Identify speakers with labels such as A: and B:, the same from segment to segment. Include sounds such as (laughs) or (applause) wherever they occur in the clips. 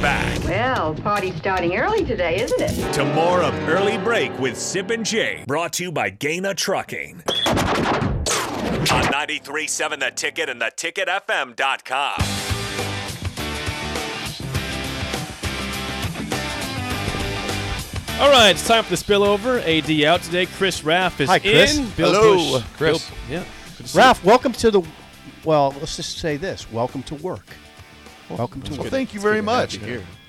A: back
B: Well, party's starting early today, isn't it?
A: to more of Early Break with Sip and Jay, brought to you by Gaina Trucking. On 93.7 The Ticket and theticketfm.com.
C: All right, it's time for the spillover. AD out today. Chris Raff is
D: Hi, Chris.
C: in. Bill
D: Hello,
C: Bush-
D: Chris.
C: Bill- yeah. good to see
D: Ralph, welcome to the. Well, let's just say this: welcome to work. welcome to work.
E: Well, thank you very much.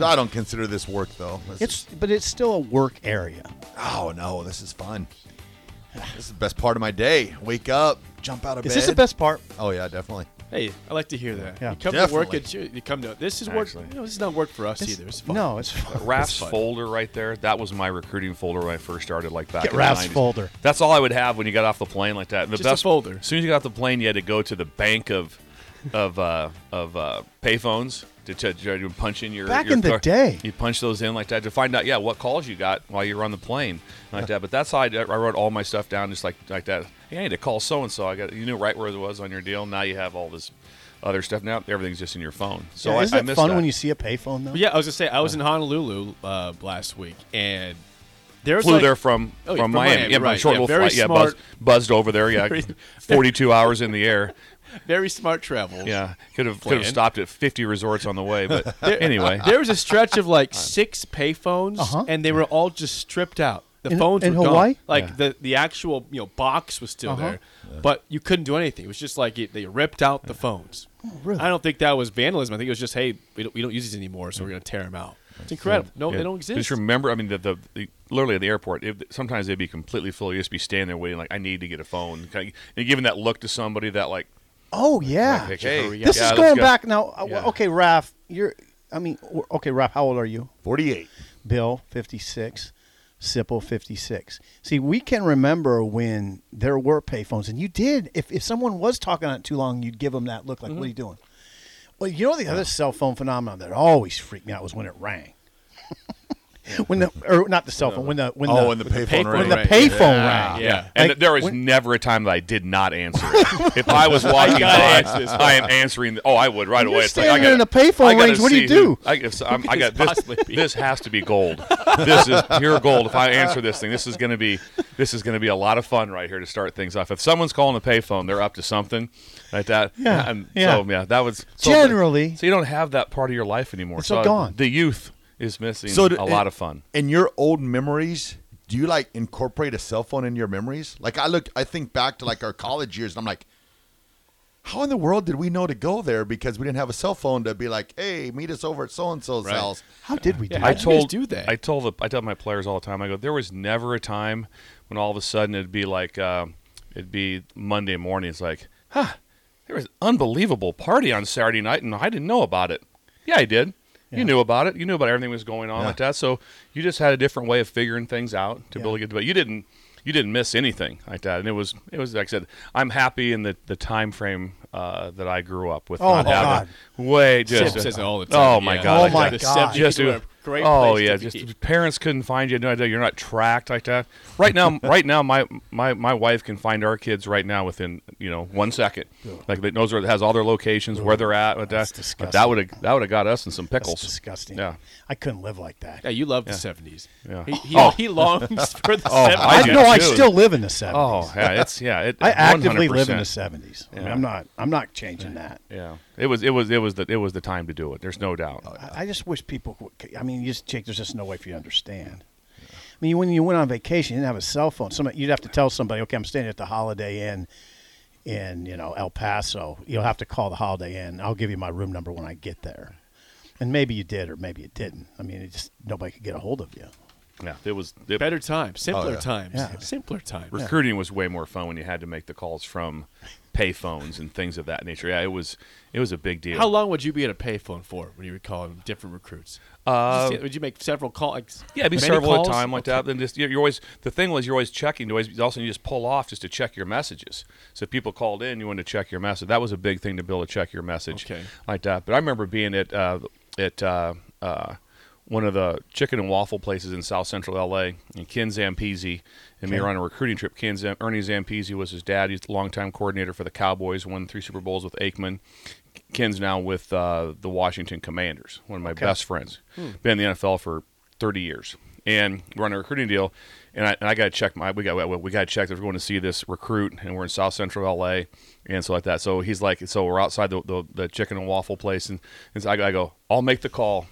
E: I don't consider this work though. This
D: It's,
E: is-
D: but it's still a work area.
E: oh no, this is fun. This is the best part of my day. Wake up, jump out of
D: Is
E: bed.
D: this the best part?
E: Oh yeah, definitely.
C: you. Hey, I like to hear that.
D: Yeah.
C: you come to work
E: Definitely.
C: at you, you come to this is work. You know, this is not work for us either. It's fun.
D: No, it's fun.
F: Raph's
C: fun.
F: folder right there. That was my recruiting folder when I first started, like back
D: Get
F: in
D: Raph's
F: the 90s.
D: folder.
F: That's all I would have when you got off the plane like that. And the
C: Just a
F: best-
C: folder.
F: As soon as you got off the plane, you had to go to the bank of of uh, of uh, payphones to, to, to punch in your
D: Back
F: your
D: in the
F: car-
D: day.
F: You punch those in like that to find out, yeah, what calls you got while you were on the plane like that. But that's how I, did- I wrote all my stuff down, just like like that. Hey, I need to call so and so. I got you knew right where it was on your deal. Now you have all this other stuff. Now everything's just in your phone. So
D: Yeah,
F: I,
D: isn't
F: I
D: it
F: missed
D: fun
F: that.
D: when you see a payphone though?
C: But yeah, I was gonna say I was in Honolulu uh, last week and there was
F: flew
C: like,
F: there from
C: Oh, yeah,
F: from, Miami. Yeah, my
C: right.
F: short
C: Yeah,
F: little
C: very
F: flight. Yeah,
C: smart,
F: buzzed, buzzed over there.
C: (laughs)
F: Yeah,
C: Very-
F: forty-two hours in
C: (laughs)
F: the air.
C: very smart travel.
F: Yeah, could have could have
C: Planned.
F: stopped at fifty resorts on the way. But
C: (laughs) There-
F: anyway,
C: there was a stretch of like six payphones,
D: Uh-huh.
C: and they were all just stripped out. The
D: In-
C: phones
D: in
C: were
D: Hawaii?
C: gone. Like the the actual you know box was still
D: Uh-huh.
C: there, but you couldn't do anything. It was just like it, they ripped out the phones.
D: Oh, really?
C: I don't think that was vandalism. I think it was just hey, we don't, we don't use these anymore, so we're gonna tear them out. It's incredible. No,
F: Yeah.
C: they don't exist.
F: Just remember, I mean, the, the, the literally at the airport, if, sometimes they'd be completely full. You'd just be standing there waiting, like I need to get a phone, kind of, and giving that look to somebody that like,
D: Oh yeah.
F: like hey,
D: This
F: yeah,
D: is
F: let's
D: going
F: go.
D: back now. uh,
F: Yeah.
D: Okay, Raph, you're. I mean, w- okay, Raph, how old are you?
E: Forty-eight.
D: Bill, 56, Sipple, 56. See, we can remember when there were payphones, and you did. If, if someone was talking on it too long, you'd give them that look like, what are you doing? Well, you know, the other cell phone phenomenon that always freaked me out was when it rang. (laughs) when the, or not the cell phone, when the, when
E: Oh,
D: the,
E: and the payphone.
C: payphone
E: rang.
D: when the
C: Right,
D: payphone
C: yeah.
D: rang.
C: Yeah.
F: And
D: Like,
F: there was
D: when-
F: never a time that I did not
D: (laughs)
F: answer. it. if I was walking
C: gotta
F: by,
C: answer this.
F: I am answering. The, oh, I would right
D: You're
F: away.
D: standing
F: I
D: in a payphone
F: I gotta
D: range, what do you
F: see who-
D: do?
F: I, if so- I'm-
C: could
F: I got
C: this
F: this.
C: possibly be?
F: This has to be gold. this is pure gold. If I answer this thing, this is going to be this is going to be a lot of fun right here to start things off. If someone's calling a payphone, they're up to something like that.
D: Yeah,
F: And
D: yeah.
F: So yeah, that was so-
D: Generally-
F: So you don't have that part of your life anymore.
D: It's
F: so
D: all gone.
F: The youth is missing
E: So
F: a
E: d-
F: lot of fun.
E: In your old memories, do you like incorporate a cell phone in your memories? Like I look, I think back to like our college years, and I'm like, how in the world did we know to go there because we didn't have a cell phone to be like, hey, meet us over at so and so's house.
D: How did we do
C: How
F: I
D: that?
C: did you guys
F: told
C: do that?
F: I told the I tell my players all the time. I go, there was never a time when all of a sudden it'd be like uh, it'd be Monday morning. It's like, huh, there was an unbelievable party on Saturday night, and I didn't know about it. Yeah, I did. You knew about it. You knew about everything that was going on like that. So you just had a different way of figuring things out to be able to get. But you didn't. You didn't miss anything like that, and it was it was like I said. I'm happy in the the time frame uh, that I grew up with.
D: Oh,
F: not having way just
C: Sip says it all the time,
F: Oh my
C: yeah.
F: god!
D: Oh,
F: like
D: my
F: that.
D: God.
C: Subject
F: Just
C: to
F: do
C: a great
F: oh
C: place
F: yeah,
C: to
F: just
C: be.
F: parents couldn't find you. No, idea. you're not tracked like that.
C: (laughs)
F: Right now, right now, my, my my wife can find our kids right now within you know one second. Like that knows where it has all their locations, where they're at. With
D: That's
F: that,
D: disgusting.
F: that would have that would have got us in some
D: That's
F: pickles.
D: disgusting.
F: Yeah.
D: I couldn't live like that.
C: yeah, you love the seventies.
F: Yeah.
C: He, he,
F: Oh.
C: he
F: (laughs)
C: longs for the
F: Oh,
C: seventies.
D: I
F: do
D: know I
F: too.
D: still live in the 70s.
F: (laughs) Oh yeah, it's yeah. It,
D: I actively live in the
F: 100%.
D: seventies. I am not. I'm not changing that.
F: Yeah, it was it was it was the it was the time to do it. There's no doubt.
D: I, I just wish people. Would, I mean, you just Jake. There's just no way for you to understand. I mean, when you went on vacation, you didn't have a cell phone. Somebody, you'd have to tell somebody, okay, I'm staying at the Holiday Inn in you know El Paso. You'll have to call the Holiday Inn. I'll give you my room number when I get there. And maybe you did, or maybe you didn't. I mean, it just nobody could get a hold of you.
F: Yeah, it was it,
C: Better times, simpler times,
D: Oh, Yeah.
C: simpler times.
F: recruiting was way more fun when you had to make the calls from payphones and things of that nature. Yeah, it was it was a big deal.
C: How long would you be at a payphone for when you were calling different recruits? Uh, would you make several calls? Like,
F: Yeah, it'd be
C: many
F: several
C: calls?
F: at a time like that. Then just you're, you're always the thing was you're always checking. You always also you just pull off just to check your messages. So if people called in, you wanted to check your message. That was a big thing to be able to check your message
C: Okay.
F: like that. But I remember being at uh, at uh, uh, one of the chicken and waffle places in South Central LA, and Ken Zampezi and we were on a recruiting trip. Ken Zam- Ernie Zampezi was his dad. He's the longtime coordinator for the Cowboys, won three Super Bowls with Aikman. Ken's now with uh, the Washington Commanders, one of my best friends. Been in the NFL for 30 years, and we're on a recruiting deal. And I, and I got to check my we got we, we got to check if we're going to see this recruit, and we're in South Central LA, and so like that. So he's like, so we're outside the, the, the chicken and waffle place, and, and so I, go- I go, I'll make the call,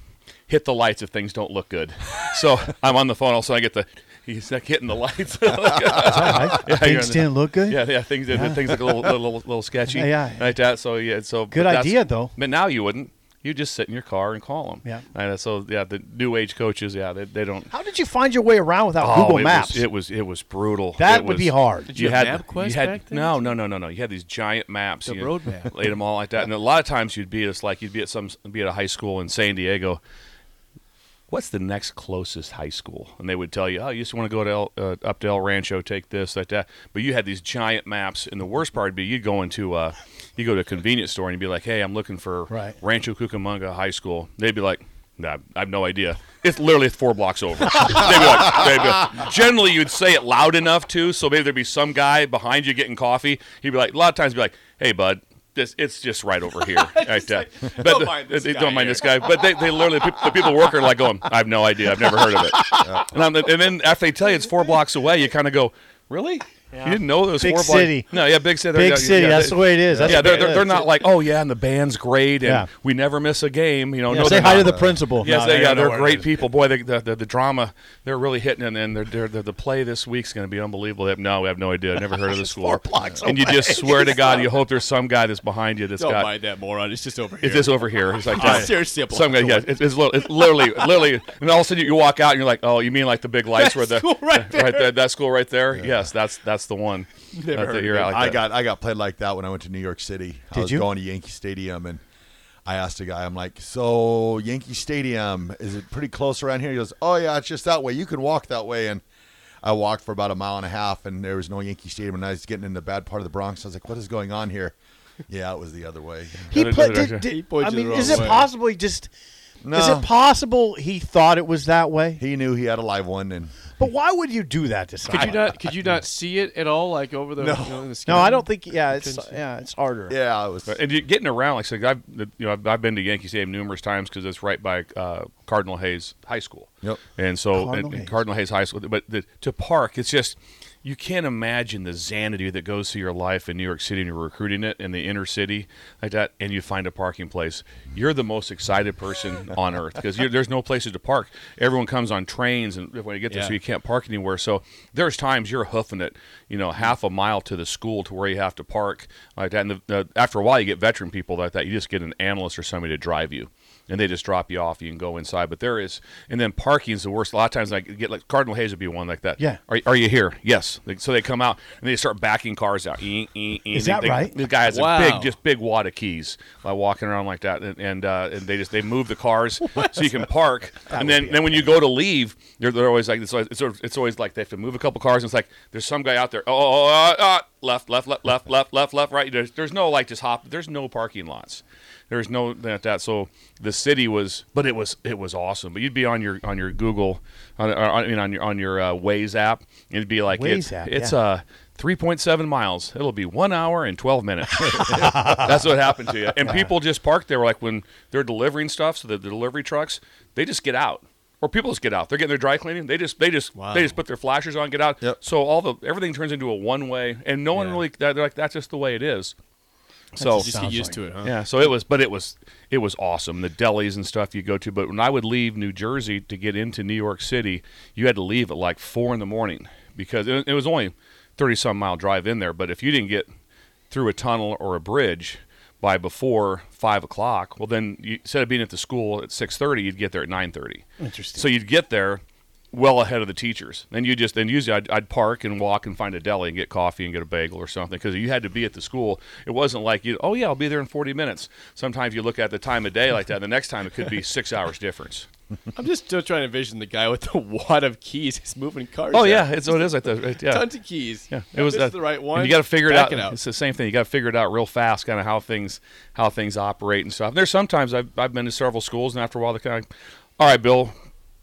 F: hit the lights if things don't look good. so I'm on the phone, also I get the he's like hitting the lights. (laughs)
D: Right?
F: Yeah, you're
D: Things
F: in the-
D: didn't look good.
F: Yeah, yeah, things things look a little, little, little
D: (laughs)
F: sketchy.
D: Yeah, yeah.
F: like that. So yeah, so but
D: Good
F: that's-
D: idea, though.
F: But now you wouldn't. You just sit in your car and call them.
D: Yeah.
F: And uh, so yeah, the new age coaches, yeah, they, they don't.
D: How did you find your way around without
F: Oh,
D: Google
F: it
D: Maps?
F: Was, it was it was brutal.
D: That
F: It
D: would
F: was-
D: be hard.
C: Did you have MapQuest
F: you had-
C: back then?
F: No, no, no, no, no. You had these giant maps.
C: The
F: you
C: road map.
F: Laid them all like that, and a lot of times you'd be it's like you'd be at some be at a high school in San Diego. What's the next closest high school? And they would tell you, oh, you just want to go to El, uh, up to El Rancho, take this, like that. But you had these giant maps, and the worst part would be you'd go into uh, you go to a convenience store and you'd be like, hey, I'm looking for
D: Right.
F: Rancho Cucamonga High School. They'd be like. Nah, I have no idea. It's literally four blocks over. (laughs) they'd be like, they'd be like- generally, you'd say it loud enough too, so maybe there'd be some guy behind you getting coffee. He'd be like, a lot of times, be like, "Hey, bud, this it's just right
C: (laughs)
F: over here." Right, uh, but
C: "Don't
F: the-
C: mind this
F: they
C: guy
F: don't mind this guy. But they, they literally the peop- the people working are like going, "I have no idea. I've never heard of it." And, I'm, and then after they tell you it's four blocks away, you kind of go, "Really? You didn't know it was
D: Big
F: four
D: city.
F: blocks?" No, yeah, big city.
D: Big
F: Yeah,
D: city,
F: yeah,
D: that's
F: they-
D: the way it is. That's
F: yeah,
D: the
F: they're,
D: way it
F: they're, they're
D: is.
F: not (laughs) like, oh yeah, and the band's great, and
D: Yeah.
F: we never miss a game. You know,
D: Yeah,
F: no,
D: say
F: they're
D: hi to
F: not.
D: the principal.
F: Yes,
D: No,
F: they,
D: they
F: yeah,
D: don't know
F: they're
D: where it
F: great
D: is.
F: people. Boy, they, the, the the drama they're really hitting, and then they're, they're, they're, the play this week's going to be unbelievable. They have- No, we have no idea. Never heard of the
D: (laughs)
F: school.
E: four blocks
F: and you just swear to God, you hope there's some guy that's behind you that's
C: Don't
F: got.
C: mind that moron. It's just over here.
F: It's this over here. It's like
C: Oh,
F: that.
C: seriously, a block
F: Some guy, yeah, it's, it's, li- it's literally, literally, and all of a sudden you, you walk out and you're like, oh, you mean like the big lights
C: That
F: where the
C: school
F: (laughs)
C: right there.
F: that school right there? Yes, that's that's the one.
C: Never
F: that
C: heard of
F: you're
C: it.
F: out like
E: I
F: that.
E: got I got played like that when I went to New York City. I
D: Did
E: was
D: you?
E: going to Yankee Stadium and I asked a guy, I'm like, So Yankee Stadium, is it pretty close around here? He goes, Oh yeah, it's just that way. You can walk that way and I walked for about a mile and a half and there was no Yankee Stadium and I was getting in the bad part of the Bronx. I was like, What is going on here? (laughs) Yeah, it was the other way.
D: He
F: Other
D: put.
F: direction.
D: Did, did-
C: He pointed
D: I
C: the
D: mean,
C: wrong
D: is it
C: way.
D: possible he just? Is
E: No.
D: it possible he thought it was that way?
E: He knew he had a live one and
D: But why would you do that to
C: Could
F: (laughs)
D: somebody?
C: you not? Could you not see it at all? Like over the
E: No.
C: you know, in the sky?
D: No, I don't think. Yeah, it's
C: Couldn't see.
D: yeah, it's harder.
E: yeah, it was
F: And you getting around, like I said, I've you know I've, I've been to Yankee Stadium numerous times because it's right by uh, Cardinal Hayes High School.
E: Yep.
F: And so and-
D: Cardinal
F: and
D: Hayes.
F: Cardinal Hayes High School, but the, to park, it's just you can't imagine the xanadu that goes through your life in New York City and you're recruiting it in the inner city like that, and you find a parking place. You're the most excited person on earth because there's no places to park. Everyone comes on trains, and when you get there,
C: Yeah.
F: so you can't park anywhere. So there's times you're hoofing it, you know, half a mile to the school to where you have to park like that. And the, the, after a while, you get veteran people like that. You just get an analyst or somebody to drive you, and they just drop you off. You can go inside, but there is, and then parking is the worst. A lot of times, I get like Cardinal Hayes would be one like that.
D: Yeah.
F: Are, are you here? Yes. Like, so they come out and they start backing cars out. Eh, eh, eh.
D: Is
F: They-
D: that
F: they-
D: right?
F: The guy has
C: Wow.
F: a big, just big wad of keys by walking around like that, and and, uh, and they just they move
D: (laughs)
F: the cars so you can park. and then then when you go to leave, they're, they're always like it's always, it's, sort of- it's always like they have to move a couple cars. and It's like there's some guy out there. Oh, oh, oh, oh, left, left, left, left, left, left, left, right. There's there's no like just hop. There's no parking lots. There's no that, that. So the city was, but it was it was awesome. But you'd be on your on your Google, on, on I mean on your on your uh, Waze app. and It'd be like it's
D: Waze app,
F: it's
D: yeah.
F: uh 3.7 miles. It'll be one hour and 12 minutes. That's what happened to you. And people just park there, like when they're delivering stuff. So the, the delivery trucks, they just get out, or people just get out. They're getting their dry cleaning. They just they just
C: Wow.
F: they just put their flashers on, get out.
E: Yep.
F: So all the everything turns into a one way, and no one
C: Yeah.
F: really. They're like that's just the way it is. So
C: Just get
D: Sounds
C: used
D: like-
C: to it, huh?
F: yeah, so it was, but it was it was awesome. The delis and stuff you go to, but when I would leave New Jersey to get into New York City, you had to leave at like four in the morning because it, it was only thirty some mile drive in there. But if you didn't get through a tunnel or a bridge by before five o'clock, well, then you, instead of being at the school at six thirty, you'd get there at nine thirty.
D: Interesting.
F: So you'd get there well ahead of the teachers. Then you just then usually I'd, I'd park and walk and find a deli and get coffee and get a bagel or something because you had to be at the school. It wasn't like you. Oh yeah, I'll be there in forty minutes. Sometimes you look at the time of day like that. The next time it could be six hours difference.
C: I'm just still trying to envision the guy with the (laughs) wad of keys. He's moving cars.
F: Oh
C: out.
F: yeah, it's what it is like that. right, Yeah.
C: tons of keys.
F: Yeah,
C: it was
F: uh,
C: the right
F: and
C: one.
F: You got to figure it
C: back
F: out. It's
C: out.
F: the same thing. You got to figure it out real fast, kind of how things how things operate and stuff. there's sometimes I've I've been to several schools, and after a while, they're kind of, all right, Bill,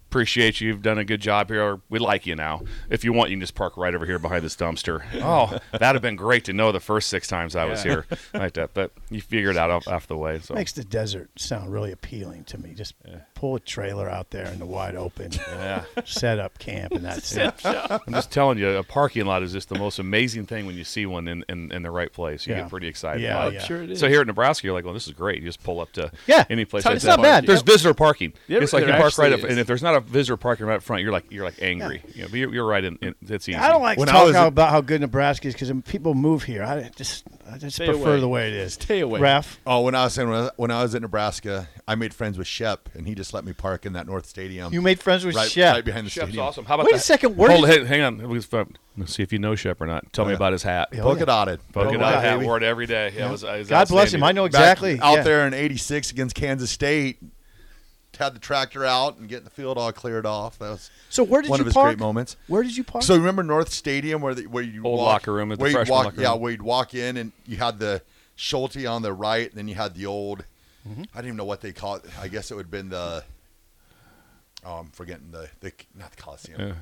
F: appreciate you. You've done a good job here. We like you now. If you want, you can just park right over here behind this dumpster. Oh, that'd have been great to know the first six times I was here like that. But you figure it out off, off the way. So
D: Makes the desert sound really appealing to me. Just pull a trailer out there in the wide open,
F: yeah.
D: set up camp, and that's it.
F: I'm just telling you, a parking lot is just the most amazing thing when you see one in, in, in the right place. You
D: Yeah.
F: get pretty excited.
D: Yeah,
F: about it.
D: yeah.
C: I'm Oh, sure it is.
F: So here in Nebraska, you're like, well, this is great. You just pull up to
D: Yeah.
F: any place.
D: It's
F: like
D: not
F: that.
D: bad.
F: There's
D: Yep.
F: visitor parking.
C: Yeah,
F: it's like you
C: there
F: park right
C: actually
F: up,
C: is.
F: and if there's not a visitor parking right up front, you're like you're like angry. You know, but you're, you're right. In, in, it's easy.
D: I don't like
E: When
D: to
E: I
D: talk
E: was
D: how-
E: a-
D: about how good Nebraska is because people move here. I just, I just
C: Stay
D: prefer
C: away.
D: the way it is.
C: Stay away.
D: Ref.
E: Oh, when I was in, when I- when I was in Nebraska, I made friends with Shep, and he just let me park in that North Stadium.
D: You made friends with
E: right,
D: Shep.
E: right behind the
F: Shep's
E: stadium.
F: awesome. How about
D: Wait a
F: that?
D: second, where
F: Hold,
D: did-
F: hang, hang on. Let me just- uh, Let's see if you know Shep or not. Tell me
E: yeah.
F: about his hat.
D: Yeah.
E: Polka dotted.
F: Polka
D: Oh,
F: dot
D: yeah,
F: hat
D: baby.
F: wore it every day. Yeah, it was- it was
D: God bless him.
F: outstanding.
D: I know
E: Back
D: exactly.
E: out
D: yeah.
E: there in '86 against Kansas State. Had the tractor out and getting the field all cleared off. That was
D: So where did
E: one
D: you
E: of his
D: park?
E: great moments.
D: Where did you park?
E: So you remember North Stadium where the, where you
F: Old
E: walk,
F: locker room at the
E: where you'd
F: freshman
E: walk,
F: locker
E: yeah
F: room.
E: where you'd walk in and you had the Schulte on the right and then you had the old
F: Mm-hmm.
E: I didn't even know what they call it I guess it would have been the oh I'm forgetting the, the not the Coliseum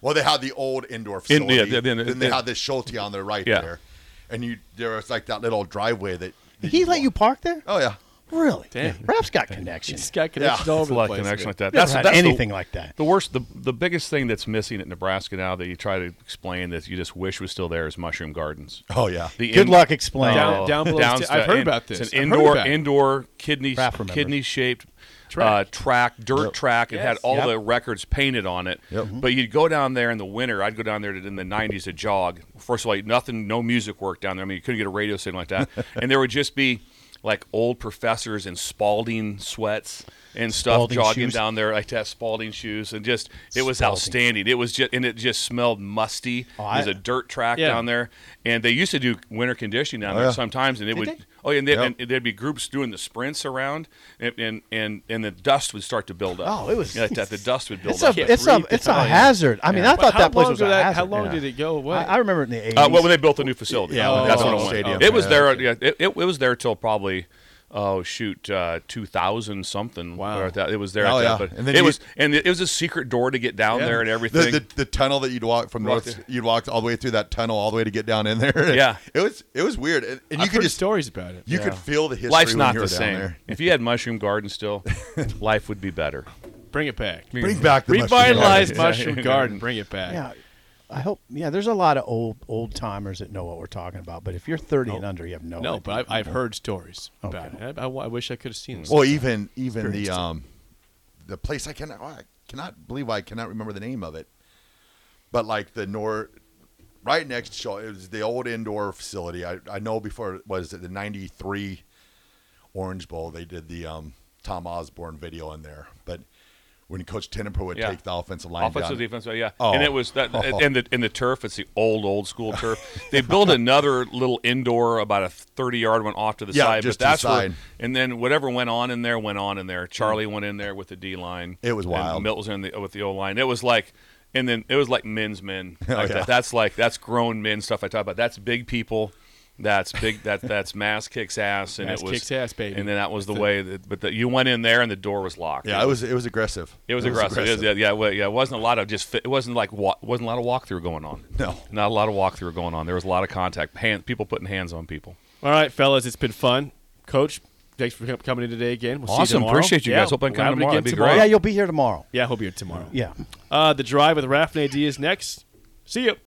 E: well they had the old indoor
F: In-
E: facility
F: yeah,
E: then,
F: then- then-
E: they
F: then-
E: had the Schulte on the right
F: Yeah.
E: there and you there was like that little driveway that, that
D: he let you
E: walk-
D: park there?
E: oh yeah
D: Really?
C: Damn.
D: Ref's got connections.
C: He's got connections
E: Yeah.
C: all
F: It's
C: over
F: a lot
C: the
F: of
C: place.
F: connection
C: man.
F: like that.
D: Never had
F: the-
D: anything like that.
F: The worst, the the biggest thing that's missing at Nebraska now that you try to explain that you just wish was still there is mushroom gardens.
E: oh yeah
F: The
D: Good luck explaining.
C: Down- down below
F: Oh. downsta-
C: sta- I've heard
F: in-
C: about this.
F: It's
C: I've
F: an
C: heard
F: indoor
C: about it.
F: indoor kidney
D: Raf remembers.
F: kidney shaped track. Uh,
C: Track.
F: track dirt track. It had
C: Yes.
F: all
C: Yep.
F: the records painted on it.
E: Yep.
F: But you'd go down there in the winter. I'd go down there in the '90s to jog. First of all, nothing, no music work down there. I mean, you couldn't get a radio signal
D: (laughs)
F: like that. and there would just be like old professors in Spalding sweats and stuff
D: Spalding
F: jogging
D: shoes.
F: down there like that Spalding shoes and just it was
D: Spalding.
F: outstanding. It was just and it just smelled musty.
D: Oh,
F: it was
D: I-
F: a dirt track
C: Yeah.
F: down there, and they used to do winter conditioning down there
E: yeah.
F: sometimes, and it would.
D: they?
F: Oh, yeah, and, they,
E: Yeah.
F: and there'd be groups doing the sprints around, and and and, and the dust would start to build up.
D: Oh, it was-
F: Yeah, like that. The dust would build
D: It's
F: up.
D: a it's a
C: breathe to
D: it's a
C: tell you.
D: hazard. I mean,
F: Yeah.
D: I thought
C: But how
D: that place
C: long
D: was
C: did
D: a
C: that-
D: hazard.
C: how long
D: Yeah.
C: did it go away?
D: I, I remember it in the eighties.
F: uh, well, when they built the new facility,
E: Yeah,
F: Oh,
E: when
F: that's
E: they
F: what
E: built
F: it
E: the
F: was.
E: stadium.
F: It was
E: Yeah,
F: there.
E: okay.
F: Yeah, it, it was there till probably. Oh shoot, uh, two thousand something.
C: Wow.
F: or that- it was there.
E: Oh,
F: at
E: yeah.
F: that, but
E: And then
F: it
E: you-
F: was, and it, was a secret door to get down
C: Yeah.
F: there and everything.
E: the, the, the tunnel that you'd walk from
F: Walk
E: north,
F: through.
E: you'd walk all the way through that tunnel all the way to get down in there.
F: Yeah.
E: (laughs) it was it was weird, and, and you
C: I've
E: could
C: heard
E: just
C: stories about it.
E: you could feel the history.
F: Life's
E: when
F: not
E: you
F: the
E: were down
F: same.
E: there.
F: If you had mushroom
E: (laughs)
F: garden still, life would be better.
C: Bring it back.
E: Bring back the
C: Revitalize
E: mushroom garden.
C: Mushroom Garden. Bring it back.
D: yeah. I hope yeah. There's a lot of old old timers that know what we're talking about. But if you're 30 and under, you have no.
C: No,
D: idea.
C: but I, I've heard stories about
D: Okay.
C: it. I, I, I wish I could have seen this.
E: Well, even even the um, the place I cannot I cannot believe I cannot remember the name of it, but like the north, right next to Shaw, it was the old indoor facility. I I know before it was the '93 Orange Bowl they did the um Tom Osborne video in there, but. When Coach Tenenper would
F: Yeah.
E: take the offensive line
F: Offensive,
E: down,
F: defensive, yeah.
E: Oh.
F: And it was that and the in the turf. It's the old old
E: (laughs)
F: school turf. They built another little indoor, about a thirty yard one off to the
E: Yeah,
F: side.
E: just to
F: but
E: the
F: that's
E: side.
F: Where, and then whatever went on in there went on in there. Charlie went in there with the D line.
E: It was
F: And
E: wild.
F: Milt was in the, with the O line. It was like. And then it was like
E: (laughs)
F: men's men. Like
E: Oh, yeah.
F: that. That's like that's grown men stuff I talk about. That's big people. That's big. That that's mass kicks ass. And
C: Mass
F: it was
C: kicks ass, baby.
F: And then that was the way. That, but the, you went in there and the door was locked.
E: Yeah, it was it was aggressive.
F: It was aggressive. It was, yeah, yeah, well, yeah. It wasn't a lot of just. Fit, it wasn't like wa- wasn't a lot of walkthrough going on.
E: No.
F: not a lot of walkthrough going on. There was a lot of contact. Hand, people putting hands on people.
C: All right, fellas, it's been fun. Coach, thanks for com- coming in today again. We'll See you
F: Awesome.
C: tomorrow.
F: Appreciate you guys. Hope I can
C: we'll
F: come
C: have it
F: tomorrow.
C: again
F: That'd be
C: tomorrow.
F: great.
D: yeah, you'll be here tomorrow.
C: Yeah, he'll be here tomorrow.
D: Yeah.
C: Uh, the drive with Raf and AD is next. See you.